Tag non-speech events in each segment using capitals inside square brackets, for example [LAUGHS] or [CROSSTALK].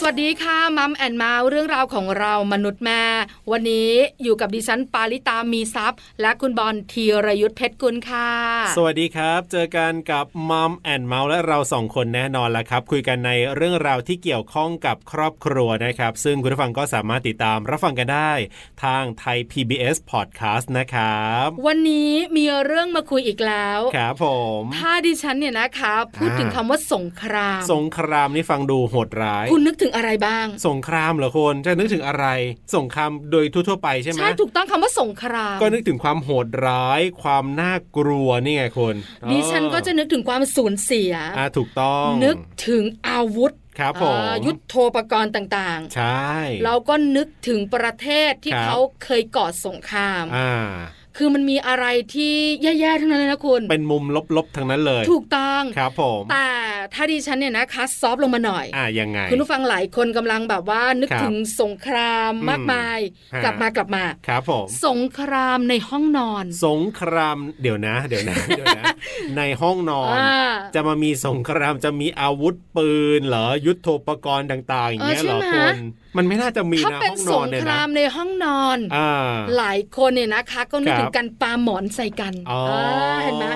สวัสดีค่ะมัมแอนเมาส์เรื่องราวของเรามนุษย์แม่ วันนี้อยู่กับดิฉันปาริตามีซัพย์ และคุณบอลธีรยุทธเพชรกุลค่ะ สวัสดีครับ เจอกันกับมัมแอนเมาส์และเราสองคนแน่นอนละครับ คุยกันในเรื่องราวที่เกี่ยวข้องกับครอบครัวนะครับ ซึ่งคุณผู้ฟังก็สามารถติดตามรับฟังกันได้ ทางไทย PBS Podcast นะครับ วันนี้มีเรื่องมาคุยอีกแล้ว ครับผม ถ้าดิฉันเนี่ยนะคะ พูด อ่า ถึงคำว่าสงคราม สงครามนี่ฟังดูโหดร้าย คุณนึกถึงอะไรบ้าง สงครามเหรอคนจะนึกถึงอะไร สงครามโดยทั่วๆไปใช่ไหม ใช่ถูกต้องคำว่าสงคราม ก็นึกถึงความโหดร้าย ความน่ากลัวนี่ไงคน ดิฉันก็จะนึกถึงความสูญเสีย อ่าถูกต้อง นึกถึงอาวุธ ครับผม อ่ายุทโธปกรณ์ต่าง ใช่ ๆ เราก็นึกถึงประเทศที่ ครับ เขาเคยก่อสงคราม อ่า คือมันมีอะไรที่แย่ๆทั้งนั้นเลยนะคุณ เป็นมุมลบๆทั้งนั้นเลย ถูกต้อง ครับผม แต่ถ้าดิฉันเนี่ยนะคะซอฟต์ลงมาหน่อย อ่ายังไง คุณผู้ฟังหลายคนกำลังแบบว่านึก ครับ ถึงสงครามมากมาย อืมฮะ กลับมากลับมา ครับผม สงครามในห้องนอน สงครามเดี๋ยวนะ เดี๋ยว [LAUGHS] นะ เดี๋ยวนะ ในห้องนอน อ่า จะมามีสงครามจะมีอาวุธปืนเหรอยุทโธปกรณ์ต่าง ๆ อย่างเงี้ย เออใช่ เหรอ ไหม คนมันไม่น่าจะมี ถ้า นะ เป็ ห้ น อง ส นอน ง เนี่ย ค นะ รามในห้องนอน อ่า หลายคนเนี่ยนะคะ ก็นึกถึ ครั ง บ การปาหมอนใส่กัน อ๋อ อ่าเห็นไหม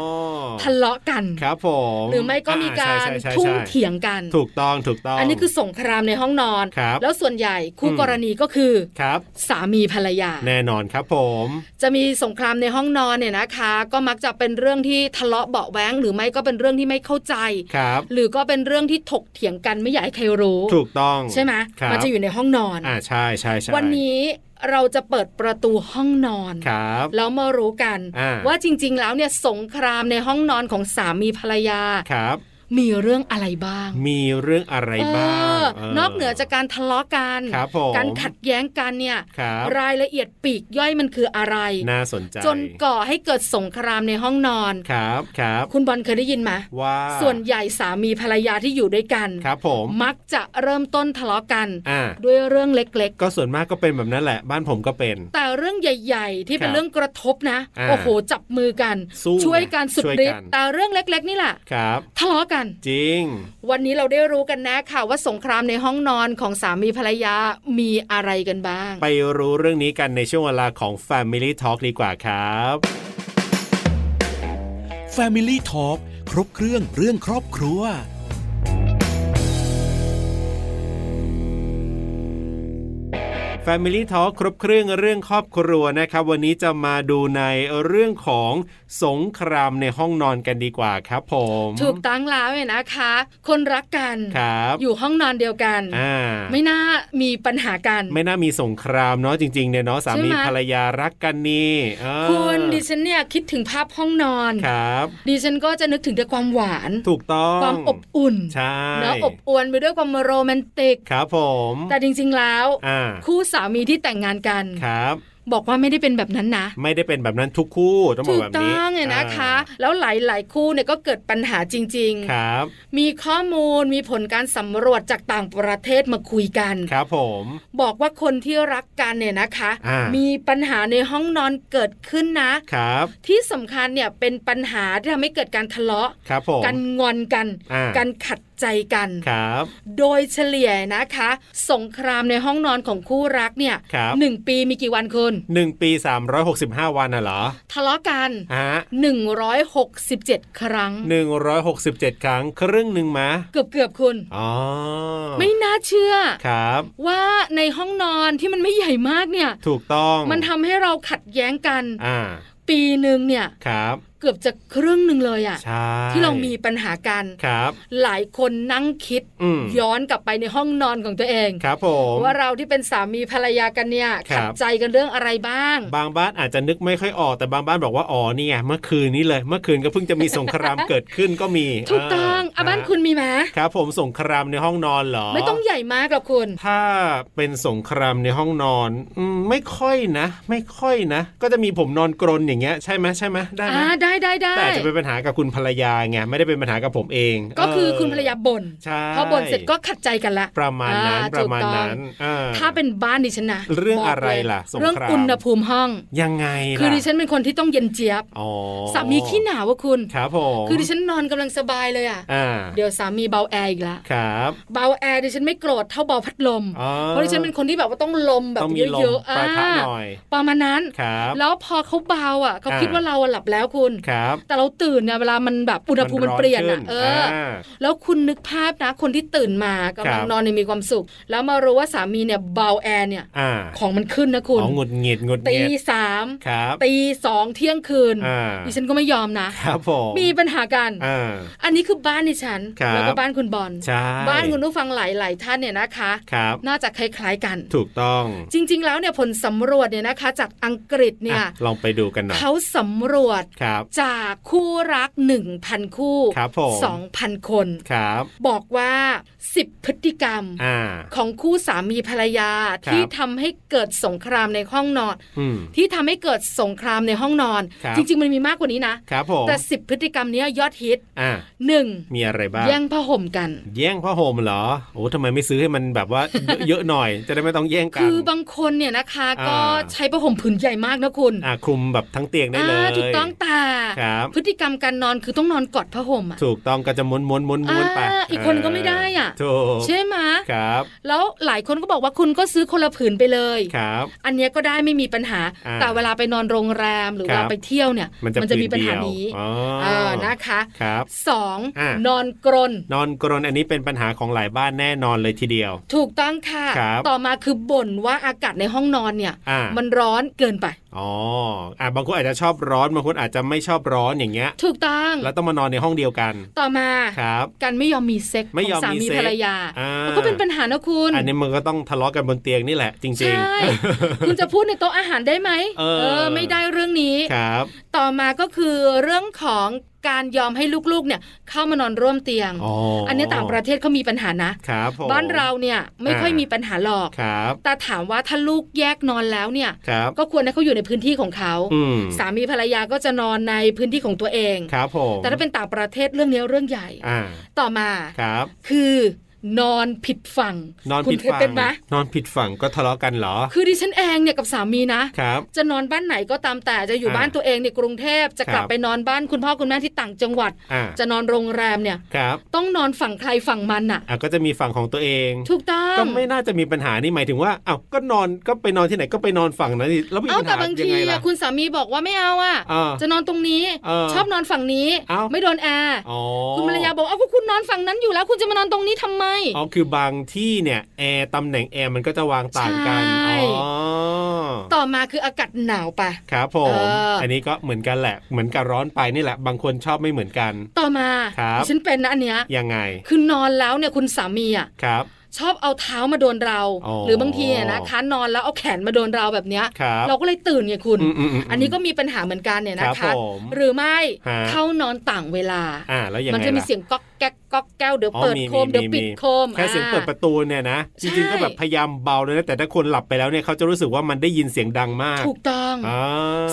ทะเลาะกัน ครับผม หรือไม่ก็มีการ อ่ใช่ใช่ใช่ ทุ่ง ใช่ เถียงกัน ถูกต้องถูกต้อง อันนี้คือสงครามในห้องนอน ครับ แล้วส่วนใหญ่คู่ อืม กรณีก็คือ ครับ สามีภรรยา แน่นอนครับผม จะมีสงครามในห้องนอนเนี่ยนะคะ ก็มักจะเป็นเรื่องที่ทะเลาะเบาะแว้งหรือไม่ก็เป็นเรื่องที่ไม่เข้าใจ ครับ หรือก็เป็นเรื่องที่ถกเถียงกันไม่อยากให้ใครรู้ ถูกต้อง ใช่ไหม ครับ มันจะอยู่ในห้องนอน อ่าใช่ใช่ใช่ วันนี้เราจะเปิดประตูห้องนอน ครับ แล้วมารู้กัน อ่า ว่าจริง ๆ แล้วเนี่ยสงครามในห้องนอนของสามีภรรยา ครับ มีเรื่องอะไรบ้าง มีเรื่องอะไรบ้าง เออ เ นอกเหนือจากการทะเลาะกัน ครับผม การขัดแย้งกันเนี่ย ครับ รายละเอียดปลีกย่อยมันคืออะไร น่าสนใจ จนก่อให้เกิดสงครามในห้องนอน ครับครับ คุณบอลเคยได้ยินไหม ว่า ส่วนใหญ่สามีภรรยาที่อยู่ด้วยกัน ครับผม มักจะเริ่มต้นทะเลาะกัน อ่า ด้วยเรื่องเล็ก ก็ส่วนมากก็เป็นแบบนั้นแหละ บ้านผมก็เป็น ๆ แต่เรื่องใหญ่ ๆ ที่เป็ ครั น บ เรื่องกระทบนะ อ่า โอ้โห จับมือกัน สู้ ช่วยกันสุด ช่วย ฤท กั ธิ์ น แต่เรื่องเล็ก ๆ นี่แหละ ครับ ทะเลาะกัน จริง วันนี้เราได้รู้กันนะค่ะว่าสงครามในห้องนอนของสามีภรรยามีอะไรกันบ้าง ไปรู้เรื่องนี้กันในช่วงเวลาของ Family Talk ดีกว่าครับ Family Talk ครบเครื่องเรื่องครอบครัว Family Talk ครบเครื่องเรื่องครอบครัวนะครับ วันนี้จะมาดูในเรื่องของสงครามในห้องนอนกันดีกว่าครับผม ถูกตั้งแล้วเนี่ยนะคะ คนรักกัน ครับ อยู่ห้องนอนเดียวกัน อ่า ไม่น่ามีปัญหากัน ไม่น่ามีสงครามเนาะจริงๆเนี่ยเนาะสามี ใช่ไหม ภรรยารักกันนี่เออ คุณดิฉันเนี่ยคิดถึงภาพห้องนอน ครับ ดิฉันก็จะนึกถึงแต่ความหวาน ถูกต้อง ความอบอุ่น ใช่ เนอะอบอวนไปด้วยความโรแมนติก ครับผม แต่จริงๆแล้ว อ่า คู่สามีที่แต่งงานกัน ครับ บอกว่าไม่ได้เป็นแบบนั้นนะ ไม่ได้เป็นแบบนั้นทุกคู่ต้องบอ ถู ก ก แบบ ต้ นี้ องเลยนะคะ อ่ แล้วหลายๆ คู่เนี่ยก็เกิดปัญหาจริง าครับ ๆ มีข้อมูลมีผลการสำรวจจากต่างประเทศมาคุยกัน ครับผม บอกว่าคนที่รักกันเนี่ยนะคะ อ่ามี มีปัญหาในห้องนอนเกิดขึ้นนะ ครับ ที่สำคัญเนี่ยเป็นปัญหาที่ทำให้เกิดการทะเลาะ ครับผม กันงอนกัน อ่า กันขัดใจกัน ครับ โดยเฉลี่ยนะคะ สงครามในห้องนอนของคู่รักเนี่ย ครับ หนึ่งปีมีกี่วันคุณ หนึ่งปี 365 วันน่ะเหรอ ทะเลาะกัน ฮะ 167 ครั้ง 167 ครั้งครึ่งหนึ่งมะ เกือบเกือบๆคุณ อ๋อ ไม่น่าเชื่อ ครับ ว่าในห้องนอนที่มันไม่ใหญ่มากเนี่ย ถูกต้อง มันทำให้เราขัดแย้งกัน อ่า ปีหนึ่งเนี่ย ครับ เกือบจะครึ่งหนึ่งเลยอะ ใช่ ที่เรามีปัญหากัน ครับ หลายคนนั่งคิด อืม ย้อนกลับไปในห้องนอนของตัวเอง ครับผม ว่าเราที่เป็นสามีภรรยากันเนี่ย ครับ ขัดใจกันเรื่องอะไรบ้าง บางบ้านอาจจะนึกไม่ค่อยออกแต่บางบ้านบอกว่าอ๋อนี่ไงเมื่อคืนนี้เลย เมื่อคืนก็เพิ่งจะมีสงคราม เกิดขึ้นก็มี ถูกต้องอ่ะบ้านคุณมีไหม ครับผมสงครามในห้องนอนเหรอ ไม่ต้องใหญ่มากหรอกคุณ ถ้าเป็นสงครามในห้องนอนอืมไม่ค่อยนะ ไม่ค่อยนะ ก็จะมีผมนอนกรนอย่างเงี้ยใช่ไหมใช่ไหมได้ไหม อ่าได้ ได้ได้ แต่อาจจะเป็นปัญหากับคุณภรรยาไงไม่ได้เป็นปัญหากับผมเอง ก็คือ เ คุณภรรยาบ่น ใช่ พอบ่นเสร็จก็ขัดใจกันละ ประมาณนั้น อ่า ประมาณ ถูกต้อง นั้นอ่ ถ้าเป็นบ้านดิฉันนะ เรื่อง บก อะไรล่ะสง เรื่อง คราม อุณหภูมิห้อง ยังไงล่ะ คือดิฉันเป็นคนที่ต้องเย็นเจี๊ยบ อ๋อ สามีขี้หนาวอะคุณ ครับผม คือดิฉันนอนกำลังสบายเลยอะ อ่า เดี๋ยวสามีเบาแอร์อีกละ ครับ เบาแอร์ดิฉันไม่โกรธเท่าเบาพัดลม อ๋อ เพราะดิฉันเป็นคนที่แบบว่าต้องลมแบบ ต้องมีลม เยอะๆอ่า ปะทะหน่อย ประมาณนั้น ครับ แล้วพอเขาเบาอ่ะเขา อ่า คิดว่าเราอะหลับแล้วคุณ ครับ แต่เราตื่นเนี่ยเวลามันแบบอุณหภูมิมันเปลี่ยน ร้ อ่ะ ขึ้ เอออ า แล้วคุณนึกภาพนะ คนที่ตื่นมา ครั กำลั บ งนอนในมีความสุข แล้วมารู้ว่าสามีเนี่ยเบาแอร์เนี่ย อ่า ของมันขึ้นนะคุณ อ๋อหงุดหงิดหงุดห ตี งิด สาม ครับ ตีสองเที่ยงคืน อ่า ดิฉันก็ไม่ยอมนะ ครับผม มีปัญหากัน อ่า อันนี้คือบ้านดิฉัน ครับ แล้วก็บ้านคุณบอล ใช่ บ้านคุณผู้ฟังหลายๆท่านเนี่ยนะคะ ครับ น่าจะคล้ายๆกัน ถูกต้อง จริง ๆ แล้วเนี่ยผลสำรวจเนี่ยนะคะ จากอังกฤษเนี่ย อ่ะลองไปดูกันหน่อย เขาสำรวจ ครับ จากคู่รัก 1,000 คู่ ครับผม 2,000 คน ครับ บอกว่า 10 พฤติกรรม อ่า ของคู่สามีภรรยา ครับ ที่ทำให้เกิดสงครามในห้องนอน อืม ที่ทำให้เกิดสงครามในห้องนอน ครับ จริง ๆ มันมีมากกว่านี้นะ ครับผม แต่ 10 พฤติกรรมเนี้ยยอดฮิต อ่า 1. มีอะไรบ้าง แย่งผ้าห่มกัน แย่งผ้าห่มเหรอโอ้ทำไมไม่ซื้อให้มันแบบว่า เยอะเยอะหน่อย จะได้ไม่ต้องแย่งกัน คือบางคนเนี่ยนะคะ อ่า ก็ใช้ผ้าห่มผืนใหญ่มากนะคุณ อ่าคลุมแบบทั้งเตียงได้เลย อ่าถูกต้องแต่ ครับ พฤติกรรมการนอนคือต้องนอนกอดผ้าห่มอะ ถูกต้องก็จะม้วนม้วนม้วนม้วนไป อ่าอีกคนก็ไม่ได้อ่ะ ถูก ใช่ไหม ครับ แล้วหลายคนก็บอกว่าคุณก็ซื้อคนละผืนไปเลย ครับ อันเนี้ยก็ได้ไม่มีปัญหา อ่า แต่เวลาไปนอนโรงแรมหรือ ครั ว่า บ ไปเที่ยวเนี่ย มันจะ มีปัญหานี้ เปลี่ยนเดียวอ๋อ เออนะคะ ครับ สอง อ่ะ นอนกรน นอนกรนอันนี้เป็นปัญหาของหลายบ้านแน่นอนเลยทีเดียว ถูกต้องค่ะ ครับ ต่อมาคือบ่นว่าอากาศในห้องนอนเนี่ย อ่ามั มันร้อนเกินไป อ๋ออ่ะบางคนอาจจะชอบร้อนบางคนอาจจะไม่ชอบร้อนอย่างเงี้ย ถูกต้อง แล้วต้องมานอนในห้องเดียวกัน ต่อมา ครับ การไม่ยอมมีเซ็ก ไม่ยอขอมงสา มี มี เซ็ก ภรรยา อ่า แล้วก็เป็นปัญหานะคุณ อันนี้มันก็ต้องทะเลาะกันบนเตียงนี่แหละจริง ใช่ คุณจะพูดในโต๊ะอาหารได้ไหม เออ ไม่ได้เรื่องนี้ ๆ [LAUGHS] ครับ ต่อมาก็คือเรื่องของการยอมให้ลูกๆเนี่ยเข้ามานอนร่วมเตียง อ๋ออั อันนี้ต่างประเทศเขามีปัญหานะ ครับผม บ้านเราเนี่ยไม่ อ่า ค่อยมีปัญหาหรอก ครับ แต่ถามว่าถ้าลูกแยกนอนแล้วเนี่ย ครับ ก็ควรให้เขาอยู่ในพื้นที่ของเขา อืม สามีภรรยาก็จะนอนในพื้นที่ของตัวเอง ครับผม แต่ถ้าเป็นต่างประเทศเรื่องนี้เรื่องใหญ่ อ่า ต่อมา ครับ คือ นอนผิดฝั่ง นอน คุณ ผิด เคย ฝั่ เป็นไหม ง นอนผิดฝั่งก็ทะเลาะกันเหรอ คือดิฉันเองเนี่ยกับสามีนะ ครับ จะนอนบ้านไหนก็ตามแต่จะอยู่ อ่า บ้านตัวเองในกรุงเทพจะกลับ ครับ ไปนอนบ้านคุณพ่อคุณแม่ที่ต่างจังหวัด อ่า จะนอนโรงแรมเนี่ย ครับ ต้องนอนฝั่งใครฝั่งมันน่ะ อ่ะก็จะมีฝั่งของตัวเอง ถูกต้อง ก็ไม่น่าจะมีปัญหานี่หมายถึงว่าอ้าวก็นอนก็ไปนอนที่ไหนก็ไปนอนฝั่งนั้นสิแล้วมี เอา ปัญ แต่ หา บาง ยัง ที ไงล่ะ อะคุณสามีบอกว่าไม่เอาอ่ะ อ่า จะนอนตรงนี้ เออ ชอบนอนฝั่งนี้ เอ้า ไม่โดนแอร์ อ๋อ คุณภรรยาบอกเอาก็คุณนอนฝั่งนั้นอยู่แล้ว คุณจะมานอนตรงนี้ทำไม อ๋อคือบางที่เนี่ยแอร์ตำแหน่งแอร์มันก็จะวางต่างกัน ใช่ อ๋อ ต่อมาคืออากาศหนาวปะ ครับผม เอออั อันนี้ก็เหมือนกันแหละ เหมือนกับร้อนไปนี่แหละ บางคนชอบไม่เหมือนกัน ต่อมา ครับ ดิฉันเป็นนะอันเนี้ย ยังไง คือนอนแล้วเนี่ยคุณสามีอ่ะ ครับ ชอบเอาเท้ามาโดนเรา อ๋อ หรือบางทีเนี่ยนะคะนอนแล้วเอาแขนมาโดนเราแบบเนี้ย ครับ เราก็เลยตื่นไงคุณ อืมอืมม อันนี้ก็มีปัญหาเหมือนกันเนี่ย ค นะ รับ คะ ผม หรือไม่ ฮะ เข้านอนต่างเวลา อ่าแล้วยังไง มัจะมี ล่ะ เสียงก๊อกแก๊กก๊อกแก้วเดี๋ยว อ๋อ เปิด มี โคม มี เดี๋ยว มี ปิดโคม แค่เสียง อ่า เปิดประตูเนี่ยนะ จ ใช่ ริงๆก็แบบพยายามเบาเลยนะแต่ถ้าคนหลับไปแล้วเนี่ยเขาจะรู้สึกว่ามันได้ยินเสียงดังมาก ถูกต้อง อ่า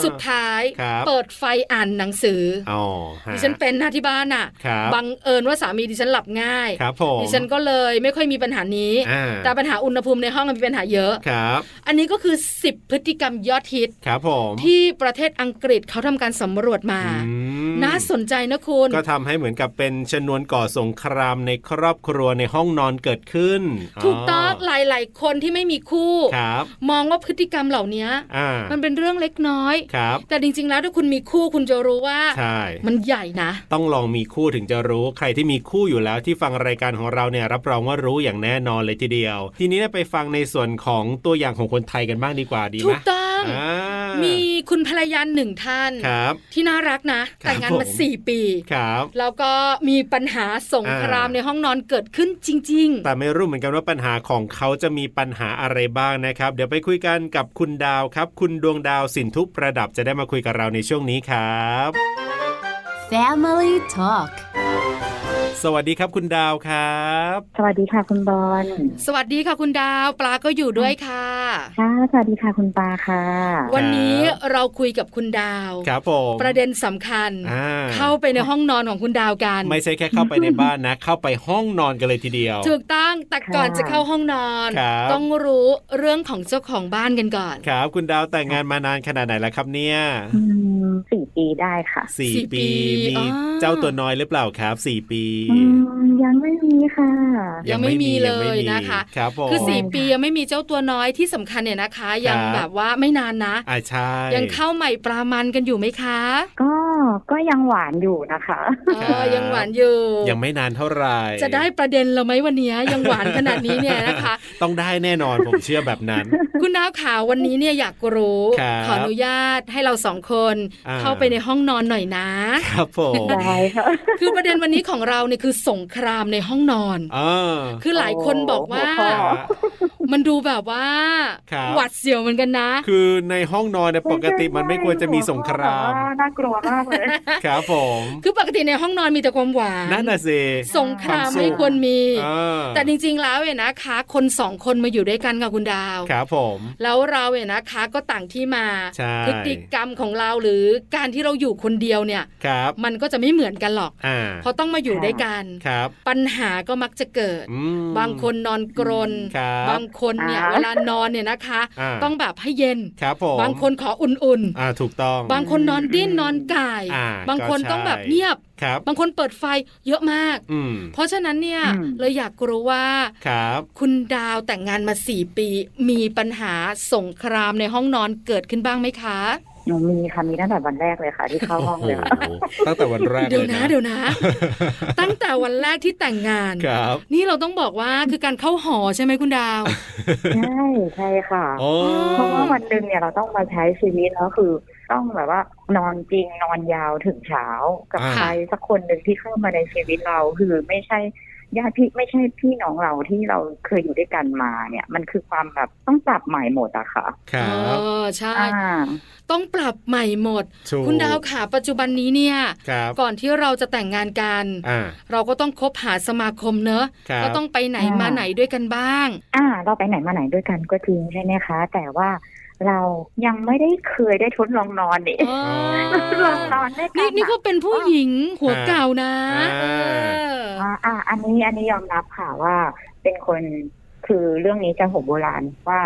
สุดท้าย ครับ เปิดไฟอ่านหนังสืออ อ๋อฮะ ดิฉันเป็นหน้าที่บ้านอ่ะ ครับ บังเอิญว่าสามีดิฉันหลับง่าย ครับผม ดิฉันก็เลยไม่ค่อยมีปัญหานี้ อ่า แต่ปัญหาอุณหภูมิในห้องมันมีปัญหาเยอะ ครับ อันนี้ก็คือ 10 พฤติกรรมยอดฮิต ครับผม ที่ประเทศอังกฤษเขาทำการสำรวจมา อืม น่าสนใจนะคุณ ก็ทำให้เหมือนกับเป็นชนวนก่อสงครามในครอบครัวในห้องนอนเกิดขึ้น ถูกต้องหลาย ๆ คนที่ไม่มีคู่ ครับ มองว่าพฤติกรรมเหล่านี้ อ่า มันเป็นเรื่องเล็กน้อย ครับ แต่จริง ๆ แล้วถ้าคุณมีคู่คุณจะรู้ว่า ใช่ มันใหญ่นะ ต้องลองมีคู่ถึงจะรู้ใครที่มีคู่อยู่แล้วที่ฟังรายการของเราเนี่ยรับรองว่ารู้อย่างแน่นอนเลยทีเดียว ทีนี้เนี่ยไปฟังในส่วนของตัวอย่างของคนไทยกันบ้างดีกว่าดีไห ถู ม กต้อง อ่า มีคุณภรรยาหนึ่งท่าน ครับ ที่น่ารักนะ ครับ แต่งงานมา ผม สี่ปี ครับ แล้วก็มีปัญหาสงคราม อ่า ในห้องนอนเกิดขึ้นจริง แต่ไม่รู้เหมือนกันว่าปัญหาของเขาจะมีปัญหาอะไรบ้างนะครับ เดี๋ยวไปคุยกันกับคุณดาวครับ คุณดวงดาวสินทุประดับจะได้มาคุยกับเราในช่วงนี้ครับ Family Talk สวัสดีครับคุณดาวครับ สวัสดีค่ะคุณบอล สวัสดีค่ะคุณดาว ปลาก็อยู่ด้วยค่ะ ค่ะ สวัสดีค่ะคุณปาค่ะ วันนี้เราคุยกับคุณดาว ครับผม ประเด็นสำคัญ อ่า เข้าไปในห้องนอนของคุณดาวกัน ไม่ใช่แค่เข้าไปในบ้านนะ เข้าไปห้องนอนกันเลยทีเดียว ถูกต้องแต่ก่อน ค่ะ จะเข้าห้องนอน ครับ ต้องรู้เรื่องของเจ้าของบ้านกันก่อน ครับ คุณดาวแต่งงานมานานขนาดไหนแล้วครับเนี่ย อืมสี่ปีได้ค่ะ สี่ สี่ปี ปีมี อ๋อ เจ้าตัวน้อยหรือเปล่าครับสี่ปี อืมยังไม่มีค่ะ ยังไม่มีเลย งไม่มี นะคะ ครับผม คือสี่ ค่ะ ปียังไม่มีเจ้าตัวน้อยที่สำคัญเนี่ยนะคะ ยัง ครับ แบบว่าไม่นานนะ อ่าใช่ ยังเข้าใหม่ปลามันกันอยู่ไหมคะ ก็ก็ยังหวานอยู่นะคะ เออยังหวานอยู่ ยังไม่นานเท่าไหร่ จะได้ประเด็นเราไหมวันเนี้ยยังหวานขนาดนี้เนี่ยนะคะ [LAUGHS] ต้องได้แน่นอน ผมเชื่อแบบนั้น คุณดาวขาววันนี้เนี่ยอยากรู้ ครับ ขออนุญาตให้เราสองคน อ่า เข้าไปในห้องนอนหน่อยนะ ครับผม ได้ค่ะ คือประเด็นวันนี้ของเราเนี่ยคือสงครามในห้องนอน เออ คือหลายคนบอกว่า โอ้โห อ่า มันดูแบบว่า ครับ หวัดเสียวเหมือนกันนะ คือในห้องนอนเนี่ยปกติมันไม่ควรจะมีสงคราม หัวข้อแบบว่น่ากลัวมากเลย [LAUGHS] ครับผม คือปกติในห้องนอนมีแต่ความหวาน นั่นน่ะสิ สงคราม ความสุข ไม่ควรมี เออ แต่จริงๆแล้วเนี่ยนะคะ คนสองคนมาอยู่ด้วยกันค่ะคุณดาว ครับผม แล้วเราเนี่ยนะคะก็ต่างที่มา ใช่ พฤติกรรมของเราหรือการที่เราอยู่คนเดียวเนี่ย ครับ มันก็จะไม่เหมือนกันหรอก อ่า เพราะต้องมาอยู่ด้วยกัน ครับ ปัญหาก็มักจะเกิด อืม บางคนนอนกรน ครับ งคนเนี่ย อ่า เวลานอนเนี่ยนะคะ อ่า ต้องแบบให้เย็น ครับผม บางคนขออุ่น อ่าถูกต้อง ๆ บางคนนอนดิ้นนอนก่าย อ่า บางคน ก็ใช่ ต้องแบบเงียบ ครับ บางคนเปิดไฟเยอะมาก อืม เพราะฉะนั้นเนี่ย อืม เลยอยากรู้ว่า ครับ คุณดาวแต่งงานมาสี่ปี มีปัญหาสงครามในห้องนอนเกิดขึ้นบ้างไหมคะ หนูมีค่ะมีตั้งแต่วันแรกเลยค่ะ ที่เข้าห้องเลยค่ะ โอ้โหตั้งแต่วันแรก เดี๋ยว ล นะ เดี๋ยวนะ [LAUGHS] ตั้งแต่วันแรกที่แต่งงาน ครับ นี่เราต้องบอกว่าคือการเข้าหอใช่ไหมคุณดาว ใช่ใช่ค่ะ โอ้ เพราะว่าวันหนึ่งเนี่ยเราต้องมาใช้ชีวิตแล้วคือ ต้องแบบว่านอนจริงนอนยาวถึงเช้ากับ อ่า ใครสักคนหนึ่งที่เข้ามาในชีวิตเราคือไม่ใช่ญาติพี่ไม่ใช่พี่น้องเราที่เราเคยอยู่ด้วยกันมาเนี่ย มันคือความแบบต้องปรับใหม่หมดอะค่ะ ค เอ รับ อใช่ อ่า ต้องปรับใหม่หมด ถูก คุณดาวค่ะปัจจุบันนี้เนี่ย ครับ ก่อนที่เราจะแต่งงานกัน อ่า เราก็ต้องคบหาสมาคมเนอะ ครับ ก็ต้องไปไหน อ่าม มาไหนด้วยกันบ้าง อ่า เราไปไหนมาไหนด้วยกันก็จริงใช่ไหมคะ แต่ว่าเรายังไม่ได้เคยได้ทดลองนอนนี่ [LAUGHS] เออ ลองนอนด้วยกั นี่ น นี่ก็ อะ เป็นผู้หญิงหัวเก่านะ อ่า เอออ อ่าอ่ะอันนี้อันนี้ยอมรับค่ะว่าเป็นคนคือเรื่องนี้จะโหโบราณว่า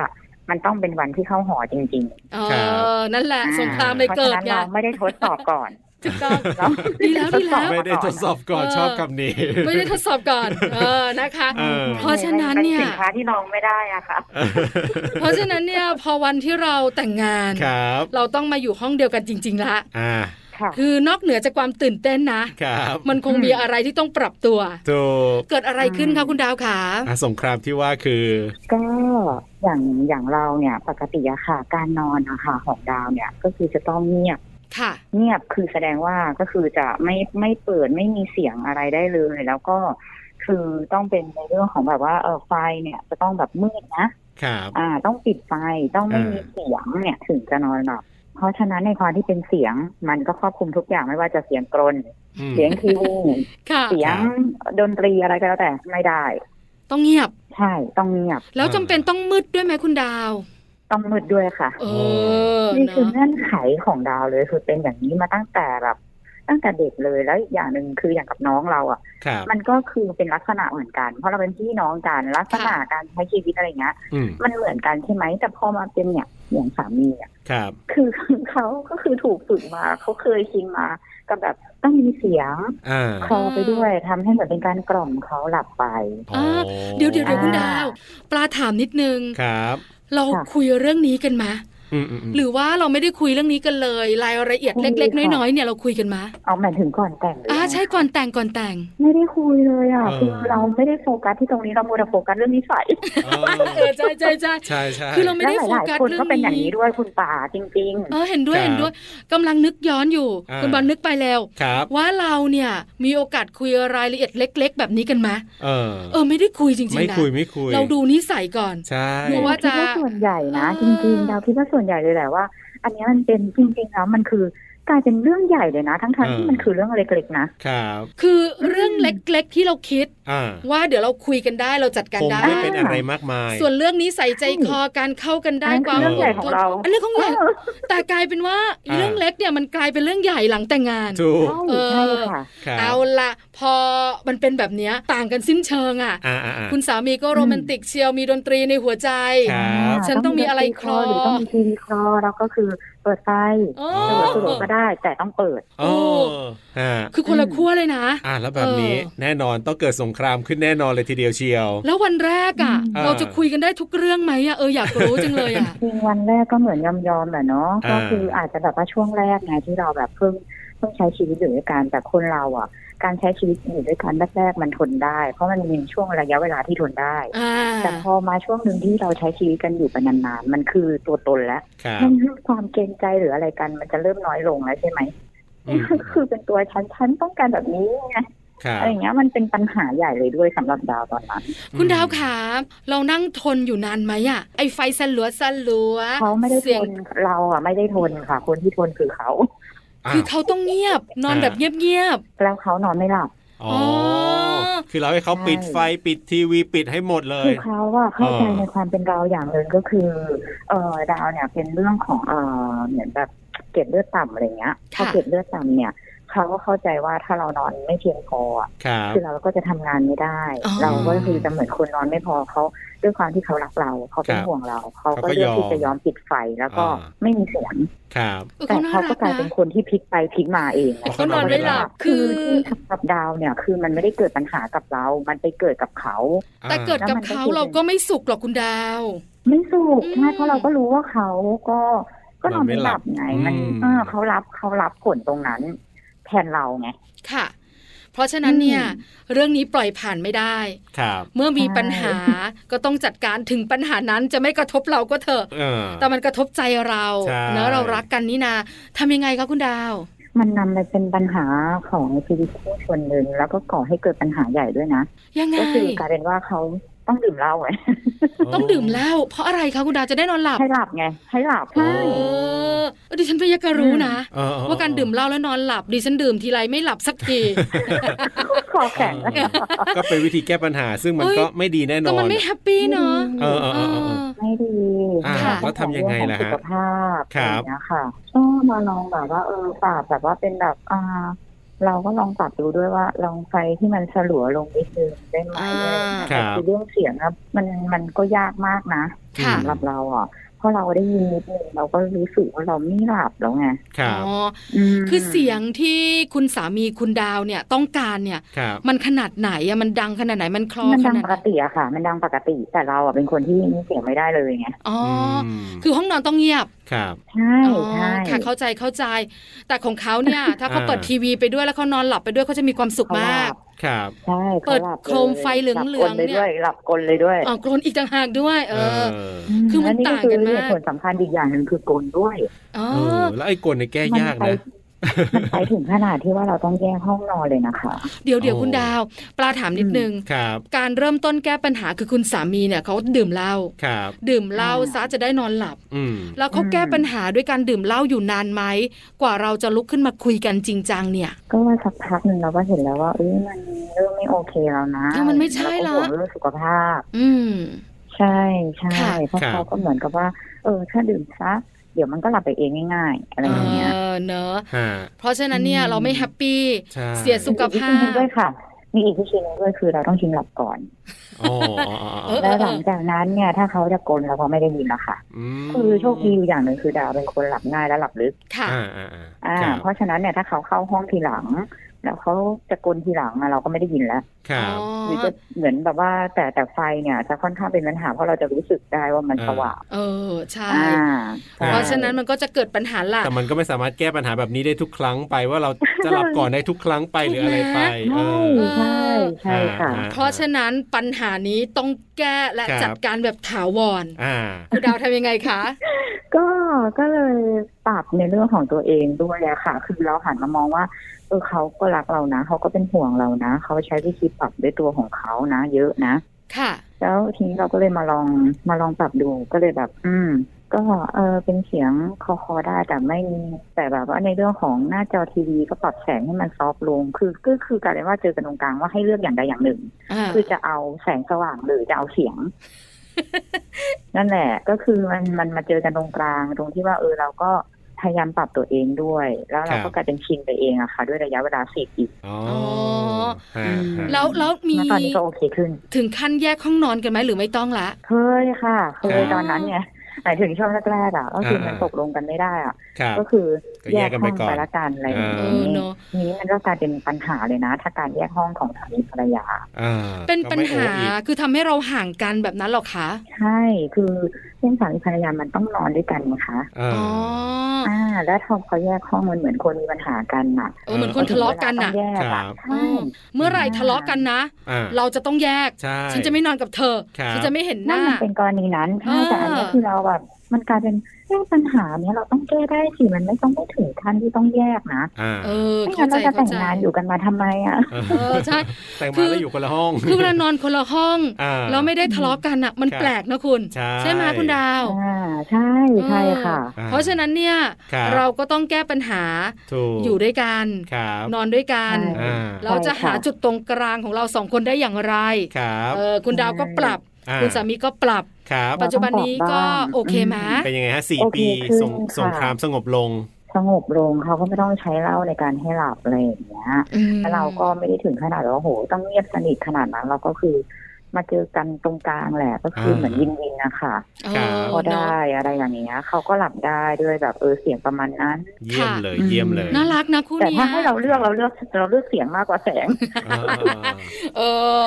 มันต้องเป็นวันที่เข้าหอจริง เอ ครั อบ นั่นแห ๆ ละ อ่ สงครามเลยเกิด พราะฉะไงนั้นเราไม่ได้ทดสอบก่อน ถูกต้อง เนอะ ดีแล้วดีแล้ว ไม่ได้ทดสอบก่อน เออ ชอบคำนี้ ไม่ได้ทดสอบก่ [LAUGHS] อนเออนะคะ เออ เพราะฉะนั้นเนี่ย มัสินค้าที่ลองไม่ได้อะค่ะ เพราะฉะนั้นเนี่ยพอวันที่เราแต่งงาน ครับ เราต้องมาอยู่ห้องเดียวกันจริง ๆละ อ่า ค่ะ คือนอกเหนือจากความตื่นเต้นนะ ครับ มันคง อืม มีอะไรที่ต้องปรับตัว ถูก เกิดอะไรขึ้นคะคุณดาวขา อ่ะสงครามที่ว่าคือ ก็อย่างอย่างเราเนี่ยปกติอะค่ะ การนอนอะค่ะของดาวเนี่ยก็คือจะต้องเงียบ ค่ะ เงียบคือแสดงว่าก็คือจะไม่ไม่เปิดไม่มีเสียงอะไรได้เลย แล้วก็คือต้องเป็นในเรื่องของแบบว่าเออไฟเนี่ยจะต้องแบบมืดนะ ครับ อ่า ต้องปิดไฟต้องไม่ อ่ามี มีเสียงเนี่ยถึงจะนอนหลับเพราะฉะนั้นในความที่เป็นเสียงมันก็ครอบคลุมทุกอย่างไม่ว่าจะเสียงกรน อืม เสียงทีวี ค่ะ เสียงดนตรีอะไรก็แล้วแต่ไม่ได้ ต้องเงียบ ใช่ต้องเงียบ แล้วจำเป็นต้องมืดด้วยไหมคุณดาว ต้องมืดด้วยค่ะ เออ นี่คือ เนาะ เงื่อนไขของดาวเลยคือเป็นอย่างนี้มาตั้งแต่แบบ ตั้งแต่เด็กเลยแล้วอีกอย่างหนึ่งคืออย่างกับน้องเราอ่ะ ครับ มันก็คือเป็นลักษณะเหมือนกัน เพราะเราเป็นพี่น้องกันลักษณะการใช้ชีวิตอะไรเงี้ย อืม มันเหมือนกันใช่ไหมแต่พอมาเป็นเนี่ยอย่างสามีอ่ะ ครับ คือ [LAUGHS] เขาก็คือถูกฝึกมาเขาเคยชินมากับแบบต้องมีเสียง อ่า คลอไปด้วยทำให้เหมือนเป็นการกล่อมเขาหลับไป อ๋อ เดี๋ยวเดี๋ยวเดี๋ยวคุณ อ่า ดาว ปลาถามนิดนึง ครับ เรา ค่ะ คุยเรื่องนี้กันมา อืมอืมอืม หรือว่าเราไม่ได้คุยเรื่องนี้กันเลยรายละเอียดเล็ก ๆ น้อยๆเนี่ยเราคุยกันมา เอาหมายถึงก่อนแต่งเลย อ่าใช่ก่อนแต่งก่อนแต่ง ไม่ได้คุยเลยอ่ะคือเราไม่ได้โฟกัสที่ตรงนี้เราโมวแต่โฟกัสเรื่องนิสัย เอ เอ อ อใช่ใช่ใช่ ใช่ใช่ คือเราไม่ได้ และ โฟ หลาย กัส ๆคน เรื่ ก็ อง เป็นอย่าง นี้ นี้ด้วยคุณป่าจริง เออเห็นด้วย ครับ เห็นด้วยกำลังนึกย้อนอยู่ อ่า คุณบอลนึกไปแล้ว ครับ ว่าเราเนี่ยมีโอกาสคุยรายละเอียดเล็ก ๆ แบบนี้กันมา เออ เออไม่ได้คุยจริง ไม่ ๆนะ คุยไม่คุย เราดูนิสัยก่อน ใช่ ๆ หนูว่าจะ คิดว่าส่วนใหญ่นะ อ่า จริงๆ เราคิดว่าส่วนใหญ่เลยแหละว่า อันนี้มันเป็นจริงๆแล้วมันคือ กลายเป็นเรื่องใหญ่เลยนะทั้งๆท เออ ที่มันคือเรื่องเล็กๆนะ ครับ คือเรื่องเล็กๆที่เราคิด อ่า ว่าเดี๋ยวเราคุยกันได้เราจัดการ คง ได้ ไม่เป็นอะไรมากมาย ส่วนเรื่องนี้ใส่ใจคอการเข้ากันได้ อันนั้น ความ เรื่องใหญ่ของเรา นเรื่อง [LAUGHS] ของเรา เออ แต่กลายเป็นว่า อ่า เรื่องเล็กเนี่ยมันกลายเป็นเรื่องใหญ่หลังแต่งงาน ถูก ใช่ใช่ค่ะ ครับ เอาละพอมันเป็นแบบเนี้ยต่างกันสิ้นเชิงอ่ะ อ่าอ่าอ่า คุณสามีก็โรแมนติกเชียวมีดนตรีในหัวใจ ครับ ฉันต้องมีอะไรคลอ หรือต้องมีทีวีคลอแล้วก็คือเปิดไฟ โอ้ จะเปิดสะดวกก็ได้แต่ต้องเปิด โอ้อ่า คือคนละขั้วเลยนะ อ่าแล้วแบบนี้แน่นอนต้องเกิดสงครามขึ้นแน่นอนเลยทีเดียวเชียว แล้ววันแรกอ่ะ อืม เราจะคุยกันได้ทุกเรื่องไหมอ่ะเอออยากรู้จังเลยอ่ะ จริงวันแรกก็เหมือนยอมยอมๆแหละเนาะ อ่า ก็คืออาจจะแบบว่าช่วงแรกไงที่เราแบบเพิ่งเพิ่งใช้ชีวิตอยู่ด้วยกันแต่คนเราอ่ะ การใช้ชีวิตอยู่ด้วยกันแรกๆมันทนได้ เพราะมันมีช่วงระยะเวลาที่ทนได้ อ่า แต่พอมาช่วงหนึ่งที่เราใช้ชีวิตกันอยู่ไปนานๆมันคือตัวตนแล้ว ครับ มันเรื่องความเกรงใจหรืออะไรกัน มันจะเริ่มน้อยลงแล้วใช่ไหม อืม คือเป็นตัวฉันฉันต้องการแบบนี้ไง ครับ อะไรอย่างเงี้ยมันเป็นปัญหาใหญ่เลยด้วยสำหรับดาวตอนนั้น คุณดาวขาเรานั่งทนอยู่นานไหมอ่ะไอไฟสลัวสลัว เขาไม่ได้ท เสียง นเราอ่ะไม่ได้ทนค่ะ คนที่ทนคือเขา าว คือเขาต้องเงียบ นอน อ่า แบบเงียบ แล้วเขานอนไม่หลับ อ๋อ อ คือเราให้เขาปิดไฟปิดทีวีปิดให้หมดเล คื ย อเขาอะเข้าใจ เออ ในความเป็นเราอย่างหนึ่งก็คือ เออดาวเนี่ยเป็นเรื่องของเออเหมือนแบบเกล็ดเลือดต่ำอะไรเงี้ยพอ ค่ะ เกล็ดเลือดต่ำเนี่ยเขาก็เข้าใจว่าถ้าเรานอนไม่เพียงพออะ ครับ คือเราก็จะทำงานไม่ได้ อ๋อ เราก็คือจะเหมือนคนนอนไม่พอเขาด้วยความที่เขารักเราเขาเป็น ครับ ห่วงเราเขาเขาก็ก็ เลือกยอที่ม จะยอมปิดไฟแล้วก็ อ่า ไม่มีเสียง ครับ ๆเออ แต่ เขาน่า เขา รั ก็ ก กลาย นะ เป็นคนที่พลิกไปพลิกมาเองะ เขานอนไม่หลับคือ ที่สำหรับดาวเนี่ยคือมันไม่ได้เกิดปัญหากับเรา มันไปเกิดกับเขา แต่เกิดกับเขาเราก็ไม่สุขหรอกคุณดาว ไม่สุข อืม ใช่เพราะเราก็รู้ว่าเขาก็ก็นอนไม่หลับไง นอนไม่หลับ มัน อืม เออเขารับเขารับผลตรงนั้น แทนเราไง ค่ะ เพราะฉะนั้นเนี่ย อื เรื่องนี้ปล่อยผ่านไม่ได้ ครับ เมื่อมี ใช่ ปัญหาก็ต้องจัดการถึงปัญหานั้นจะไม่กระทบเราก็เถอะ เออ แต่มันกระทบใจเรา ใช่ เนอะเรารักกันนี่นาทำยังไงคะคุณดาว มันนำไปเป็นปัญหาของชีวิตคู่ส่วนหนึ่งแล้วก็ก่อให้เกิดปัญหาใหญ่ด้วยนะ ยังไง ก็คือกลายเป็นว่าเขาต้องดื่มเหล้าไง [LAUGHS] ต้องดื่มเหล้าเพราะอะไรคะคุณดาวจะได้นอนหลับ ให้หลับไง ให้หลับ โอ้ ใช่ เออเออดิฉันพยากรู้นะ เออเออ ว่าการดื่มเหล้าแล้วนอนหลับดิฉันดื่มทีไรไม่หลับสักที คอแข็ง เออก็เป็นวิธีแก้ปัญหา ซึ่งมันก็ เอ้ย ไม่ดีแน่น แต่ อน มันไม่แฮปปี้เนาะ เออเออเออเออ เออ ไม่ดี อ่า ค่ะ แล้วทำยังไงล่ะฮะ เรื่องของสุขภาพ ครั อะ บ ไอย่างเงี้ยค่ะก็มาลองแบบว่า เออปรับแบบว่าเป็นแบบอ่า เราก็ลองปรับดูด้วยว่าลองไฟที่มันสลัวลงนิดนึงได้ไหม อ่า อะไรอย่างเงี้ย ครับ แต่คือเรื่องเสียงครับมันมันก็ยากมากนะ ค่ะ สำหรับเราอ่ะเพราะเราได้ยินนิดนึงเราก็รู้สึกว่าเราไม่หลับแล้วไง ครับ อ๋อ ม คือเสียงที่คุณสามีคุณดาวเนี่ยต้องการเนี่ย ครับ มันขนาดไหนอะมันดังขนาดไหนมันคลอ มัน ข ดัง นาด ป ไหน กติอะค่ะ มันดังปกติแต่เราอะเป็นคนที่เสียงไม่ได้เลยไง อ๋ออ ม คือห้องนอนต้องเงียบ ครับ ใช่ อ๋อ ใช่ ค่ะเข้าใจเข้าใจ แต่ของเขาเนี่ย [LAUGHS] ถ้าเขาเปิดทีวีไปด้วยแล้วเขานอนหลับไปด้วยเขาจะมีความสุข เขาห มา ลั ก บ ครับ ใช่ เปิ ขา ด หลับ โคมไฟเหลืองๆ หลับกลไปด้วย เนี่ย หลับกลเลยด้วย อ๋อกรนอีกต่างหากด้วย เออ เออ ม คือมัน และ ต่างกันมาก คือเหตุผลสำคัญอีกอย่างหนึ่งคือกลด้วย อ๋อ เออแล้วไอ้กลเนี่ยแก้ยากนะ มันไปถึงขนาดที่ว่าเราต้องแยกห้องนอนเลยนะคะ เดี๋ยวเดี๋ยว โอ้ คุณดาว ปลาถามนิดนึง ครับ การเริ่มต้นแก้ปัญหาคือคุณสามีเนี่ยเขาดื่มเหล้า ครับ ดื่มเหล้า อ่า ซะจะได้นอนหลับ อืม แล้วเขาแก้ปัญหาด้วยการดื่มเหล้าอยู่นานไหมกว่าเราจะลุกขึ้นมาคุยกันจริงจังเนี่ย ก็ว่าสักพักหนึ่งเราก็เห็นแล้วว่าเอ้ยมันเริ่มไม่โอเคแล้วนะ เออมันไม่ใช่ แล้ว ละ ก็ห่วงเรื่องสุขภาพ อืม ใช่ใช่ ค่ะ เพราะเขาก็เหมือนกับว่า เออ ถ้าดื่มซะเดี๋ยวมันก็หลับไปเองง่ายๆ อะไร เอ อย่างเงี้ย อเนอะ ฮะ เพราะฉะนั้นเนี่ย อืม เราไม่แฮปปี้ ใช่ เสียสุข มีอีกวิธีหนึงด้วยค่ะ มีอีกวิธีหนึงด้วยคือเราต้องทิ้งหลับก่อน อ๋ออ๋ออ๋ออ๋อ เออ แล้วหลังจากนั้นเนี่ยถ้าเขาจะกลนเราก็ไม่ได้ยินละค่ะ ม คือโชคดีอยู่อย่างหนึ่งคือดาวเป็นคนหลับง่ายและหลับลึก ค่ะ อ่าอ่าอ่า อ่า ครับ เพราะฉะนั้นเนี่ยถ้าเขาเข้าห้องทีหลัง แล้วเขาจะกลนทีหลังอะเราก็ไม่ได้ยินแล้ว ครับ อ๋อ หรือจะเหมือนแบบว่าแต่แต่ไฟเนี่ยจะค่อนข้างเป็นปัญหาเพราะเราจะรู้สึกได้ว่ามัน อ่า สว่าง เออ ใช่ อ่า อ่า เพราะฉะนั้น ใช่ มันก็จะเกิดปัญหาหลัก แต่มันก็ไม่สามารถแก้ปัญหาแบบนี้ได้ทุกครั้งไปว่าเรา [LAUGHS] จะหลับก่อนได้ทุกครั้งไปหรืออะไรไปเออ ใช่ใช่ค่ะ อ่า เพราะฉะนั้นปัญหานี้ต้องแก้และ ครับ จัดการแบบถาวร อ่า คุณดาวทำยังไงคะ ก็ก็เลยปรับในเรื่องของตัวเองด้วยอะค่ะ คือเราหันมามองว่าเออเขาก็รักเรานะเขาก็เป็นห่วงเรานะเขาใช้วิธีปรับด้วยตัวของเขานะ เยอะนะ ค่ะ แล้วทีนี้เราก็เลยมาลองมาลองปรับดูก็เลยแบบ อืม ก็เออเป็นเสียงคอคอได้แต่ไม่มีแต่แบบว่าในเรื่องของหน้าจอทีวีก็ปรับแสงให้มันซอฟต์ลง คือก็คือกลายเป็นว่าเจอกันตรงกลางว่าให้เลือกอย่างใดอย่างหนึ่ง อ่า คือจะเอาแสงสว่างหรือจะเอาเสียง [LAUGHS] นั่นแหละ ก็คือมันมันมาเจอกันตรงกลาง ตรงที่ว่าเออเราก็พยายามปรับตัวเองด้วย แล้วเรา ครั ก็ บ กลายเป็นชินไปเองอะค่ะ ด้วยระยะเวลาสี่ปี อ๋อ อ ฮะฮะ แล้วแล้วมี ณตอนนี้ก็โอเคขึ้น ถึงขั้นแยกห้องนอนกันไหมหรือไม่ต้องละ เคยค่ะเค ครั ย บ ตอนนั้นไงหมายถึงช่วงแรกๆอ่ะก็คือมัอ่านตกลงกันไม่ได้อ่ะ ครับ ก็คือ ก็แยกกันไปก่อน แยห้องละกันอะไรอย่าง เอ เออเนอะ นี้มันก็กลายเป็นปัญหาเลยนะ ถ้าการแยกห้องของสามีภรรยา อ่า เป็น ก็ ปัญ ไม่โอ้ หา อีก คือทำให้เราห่างกันแบบนั้นหรอคะ ใช่ คือเรื่องสามีภรรยามันต้องนอนด้วยกันนะคะ อ่า อ๋อ อ่า แล้วทอเขาแยกห้องมันเหมือนคนมีปัญหากันอ่ะ เออเหมือนคนทะเลาะกัน ต้ อ่ะ องแยก ครั อ่ะ บ ใช่ เมื่อไหร่ทะเลาะกันนะ อ่า เราจะต้องแยก ใช่ ฉันจะไม่นอนกับเธอ ครับ ฉันจะไม่เห็นห นั่น น้า มันเป็นกรณีนั้นใช่ อ่า แต่อันนี้คือเราแบบมันกลายเป็นเรื่องปัญหาเนี้ยเราต้องแก้ได้สิมันไม่ต้องไม่ถึงขั้นที่ต้องแยกนะ อ่า เออ ไม่ เข้า งั้น ใจ เราจะ เข้า แต่ง ใจ งานอยู่กันมาทำไมอ่ะ เออใช่ แต่ง คื มา อ แล้วอยู่คนละห้อง คือเวลานอนคนละห้อง อ่า แล้วไม่ได้ทะเลาะกันอ่ะ มัน ครับ แปลกนะคุณ ใช่ ใช่ไหมคุณดาว อ่าใช่ใช่ค่ะ เออา เพราะฉะนั้นเนี่ย ครับ เราก็ต้องแก้ปัญหา ถูก อยู่ด้วยกัน ครับ นอนด้วยกัน ใช่ อ่า เราจะหา ใช่ค่ะ จุดตรงกลางของเราสองคนได้อย่างไร ครับ เออคุณดาวก็ปรับ อ่ คุณสามีก็ปรับ ครับ ปัจจุบันนี้ก็โอเคไหม เป็นยังไงฮะสี่ โอเค ปี ขึ้น สงสค่ะงครามสงบลง สงบลงเขาก็ไม่ต้องใช้เหล้าในการให้หลับอะไรอย่างเงี้ยแล้วเราก็ไม่ได้ถึงขนาดว่าโหต้องเงียบสนิทขนาดนั้นเราก็คือ มาเจอกันตรงกลางแหละก็คือ เออ เหมือนวินวินนะคะ เอ ครับ อ ก็ เนอะ ได้อะไรอย่างเงี้ยเขาก็หลับได้ด้วยแบบเออเสียงประมาณนั้น เยี่ยมเลย ค่ะ เยี่ยมเลย น่ารักนะคู่ แต่ เนี้ ถ้าย ให้เราเลือกเราเลือกเราเลือกเสียงมากกว่าแสง อ่า เออ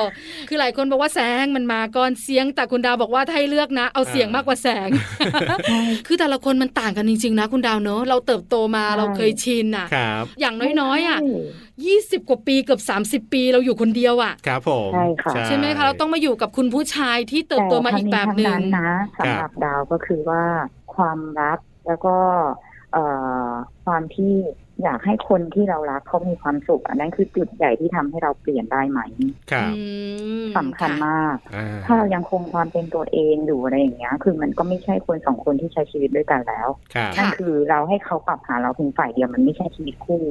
คือหลายคนบอกว่าแสงมันมาก่อนเสียง แต่คุณดาวบอกว่าถ้าให้เลือกนะ เอาเสียงมากกว่าแสง คือแต่ละคนมันต่างกันจริงๆนะคุณดาวเนอะเราเติบโตมา ใช่ เราเคยชินอ่ะ ครับ อย่างน้อยๆอ่ะ20 กว่าปีเกือบ30 ปีเราอยู่คนเดียวอ่ะ ครับผม ใช่ค่ะ ใช่ไหมคะเราต้องมาอยู่กับคุณผู้ชายที่เติบโตมาอีกแบบหนึ่ง ทั้ทั้นะสำหรับดาวก็คือว่าความรักแล้วก็เอ่อความที่อยากให้คนที่เรารักเขามีความสุข อันนั้นคือจุดใหญ่ที่ทำให้เราเปลี่ยนได้ไหม ครับ อืม สำคัญมาก อ่า ถ้าเรายังคงความเป็นตัวเองอยู่อะไรอย่างเงี้ย คือมันก็ไม่ใช่คนสองคนที่ใช้ชีวิตด้วยกันแล้ว ครับ นั่นคือเราให้เขาปรับหาเราเพียงฝ่ายเดียวมันไม่ใช่ชีวิตคู่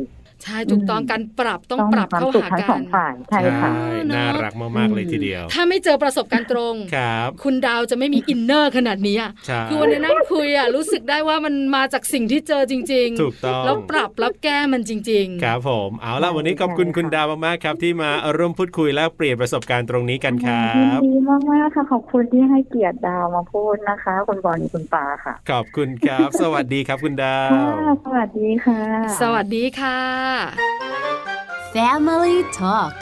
ใช่ถูกต้องการปรับต้องปรับ ต้องมีความ เข้าหากัสุขทั้งสอน งฝ่ายใช่ค่ะ ใช่ เนอะ น่ารักมากๆเลยทีเดียว ถ้าไม่เจอประสบการณ์ตรง ครับ คุณดาวจะไม่มีอินเนอร์ขนาดนี้อะ ใช่ คือวันนี้นั่งคุยอ่ะ รู้สึกได้ว่ามันมาจากสิ่งที่เจอจริง ถูกต้อง ๆ แล้วปรับแล้วแก้มันจริง ๆ ครับผมเอาล่ะวันนี้ขอบคุณ ใช่ค่ะ คุณดาวมากๆครับ ที่มาร่วมพูดคุยและเปลี่ยนประสบการณ์ตรงนี้กันครั ยิน บ ดีมากมากๆค่ะขอบคุณที่ให้เกียรติดาวมาพูดนะคะ คุณบอลคุณปาค่ะ ขอบคุณครับ [LAUGHS] สวัสดีครับคุณดาว ค่ะสวัสดีค่ะ สวัสดีค่ะ Family Talk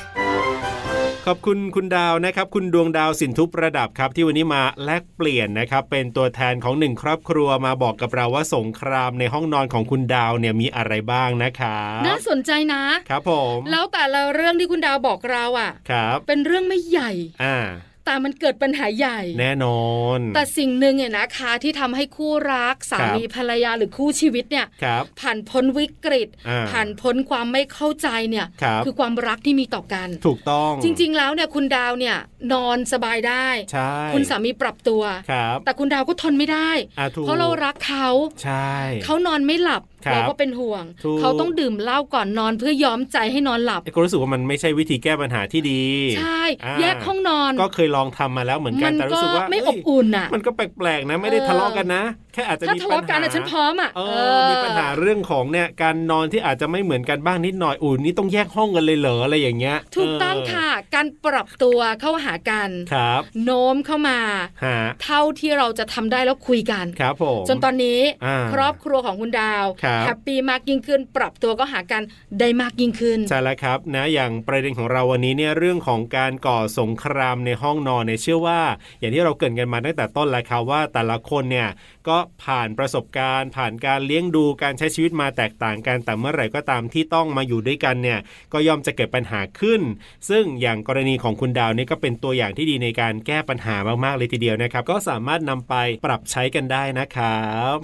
ขอบคุณคุณดาวนะครับ คุณดวงดาวสินทุประดับครับ ที่วันนี้มาแลกเปลี่ยนนะครับ เป็นตัวแทนของหนึ่งครอบครัวมาบอกกับเราว่าสงครามในห้องนอนของคุณดาวเนี่ยมีอะไรบ้างนะครับ น่าสนใจนะ ครับผม แล้วแต่ละเรื่องที่คุณดาวบอกเราอ่ะ ครับ เป็นเรื่องไม่ใหญ่ อ่า แต่มันเกิดปัญหาใหญ่ แน่นอน แต่สิ่งหนึ่งเนี่ยนะคะ ที่ทำให้คู่รักสามีภรรยาหรือคู่ชีวิตเนี่ย ครับ ผ่านพ้นวิกฤต อ่า ผ่านพ้นความไม่เข้าใจเนี่ย ครับ อความรักที่มีต่อกัน ถูกต้อง จริง ๆ แล้วเนี่ยคุณดาวเนี่ยนอนสบายได้ ใช่ คุณสามีปรับตัว ครับ แต่คุณดาวก็ทนไม่ได้ อ่ถูก เพราะเรารักเขา ใช่ เขานอนไม่หลับ ครับ เราก็เป็นห่วง ถูก เขาต้องดื่มเหล้าก่อนนอนเพื่อย้อมใจให้นอนหลับ ก็รู้สึกว่ามันไม่ใช่วิธีแก้ปัญหาที่ดี ใช่ า แยกห้องนอน ก็เคยลองทำมาแล้วเหมือนกั มัน น แต่ ก็ รู้สึกว่า ไม่อ เอ้ บ ย อุ่นอ่ะ มันก็แปลกๆนะไม่ได้ เออ ทะเลาะกันนะ แค่อาจจะ ถ้า มี ทะเลาะกัน ปั อ่ะ ญห ฉันพร้อมอ่ะ เอ เอ อ อ มีปัญหาเรื่องของเนี่ยการนอนที่อาจจะไม่เหมือนกันบ้างนิดหน่อยอุ่นนี่ต้องแยกห้องกันเลยเหรออะไรอย่างเงี้ย ถูกต้อง เ ค่ะ การปรับตัวเข้าหากัน ครับ โน้มเข้ามา ฮะ เท่าที่เราจะทำได้แล้วคุยกัน ครับผม จนตอนนี้ อ่า ครอบครัวของคุณดาว ครับ แฮปปี้มากยิ่งขึ้น ปรับตัวก็หากันได้มากยิ่งขึ้น ใช่แล้วครับนะอย่างประเด็นของเราวันนี้เนี่ยเรื่องของการก่อสงครามในห้องนอนเนี่ยเชื่อว่า อย่างที่เราเกรินกันมาตั้งแต่ต้นแล้วครับว่าแต่ละคนเนี่ยก็ผ่านประสบการณ์ ผ่านการเลี้ยงดูการใช้ชีวิตมาแตกต่างกันแต่เมื่อไหร่ก็ตามที่ต้องมาอยู่ด้วยกันเนี่ยก็ย่อมจะเกิดปัญหาขึ้น ซึ่งอย่างกรณีของคุณดาวนี่ก็เป็นตัวอย่างที่ดีในการแก้ปัญหามากๆเลยทีเดียวนะครับ ก็สามารถนำไปปรับใช้กันได้นะครับ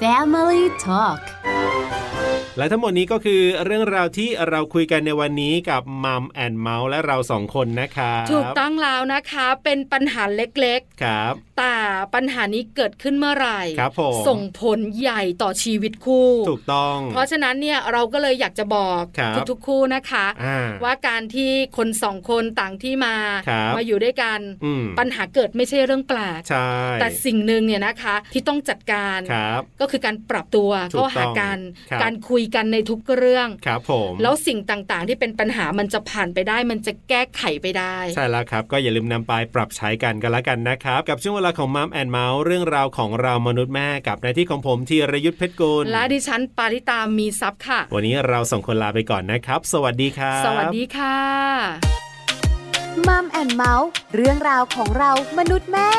Family Talk และทั้งหมดนี้ก็คือเรื่องราวที่เราคุยกันในวันนี้กับมัมแอนเมาส์และเราสองคนนะครับ ถูกต้องแล้วนะคะ เป็นปัญหาเล็ก ครับ ๆ แต่ปัญหานี้เกิดขึ้นเมื่อไหร่ ครับผม ส่งผลใหญ่ต่อชีวิตคู่ ถูกต้อง เพราะฉะนั้นเนี่ยเราก็เลยอยากจะบอก ครับ ทุกๆคู่นะคะ อ่า ว่าการที่คนสองคนต่างที่มา ครับ มาอยู่ด้วยกัน อืม ปัญหาเกิดไม่ใช่เรื่องแปลก ใช่ แต่สิ่งหนึ่งเนี่ยนะคะที่ต้องจัดการ ครับ ก็คือการปรับตัว ถูก เข้าหา ต้อง กัน ครับ การคุยกันในทุกเรื่อง ครับผม แล้วสิ่งต่างๆ ที่เป็นปัญหามันจะผ่านไปได้ มันจะแก้ไขไปได้ ใช่แล้วครับ ก็อย่าลืมนำไปปรับใช้กันกันละกันนะครับ กับช่วงเวลาของมัมแอนเมาส์เรื่องราวของเรามนุษย์แม่กับหน้าที่ของผมธีรยุทธเพชรกุล และดิฉันปาริตามีซับค่ะ วันนี้เราส่งคนลาไปก่อนนะครับ สวัสดีครับ สวัสดีค่ะ มัมแอนเมาส์เรื่องราวของเรามนุษย์แม่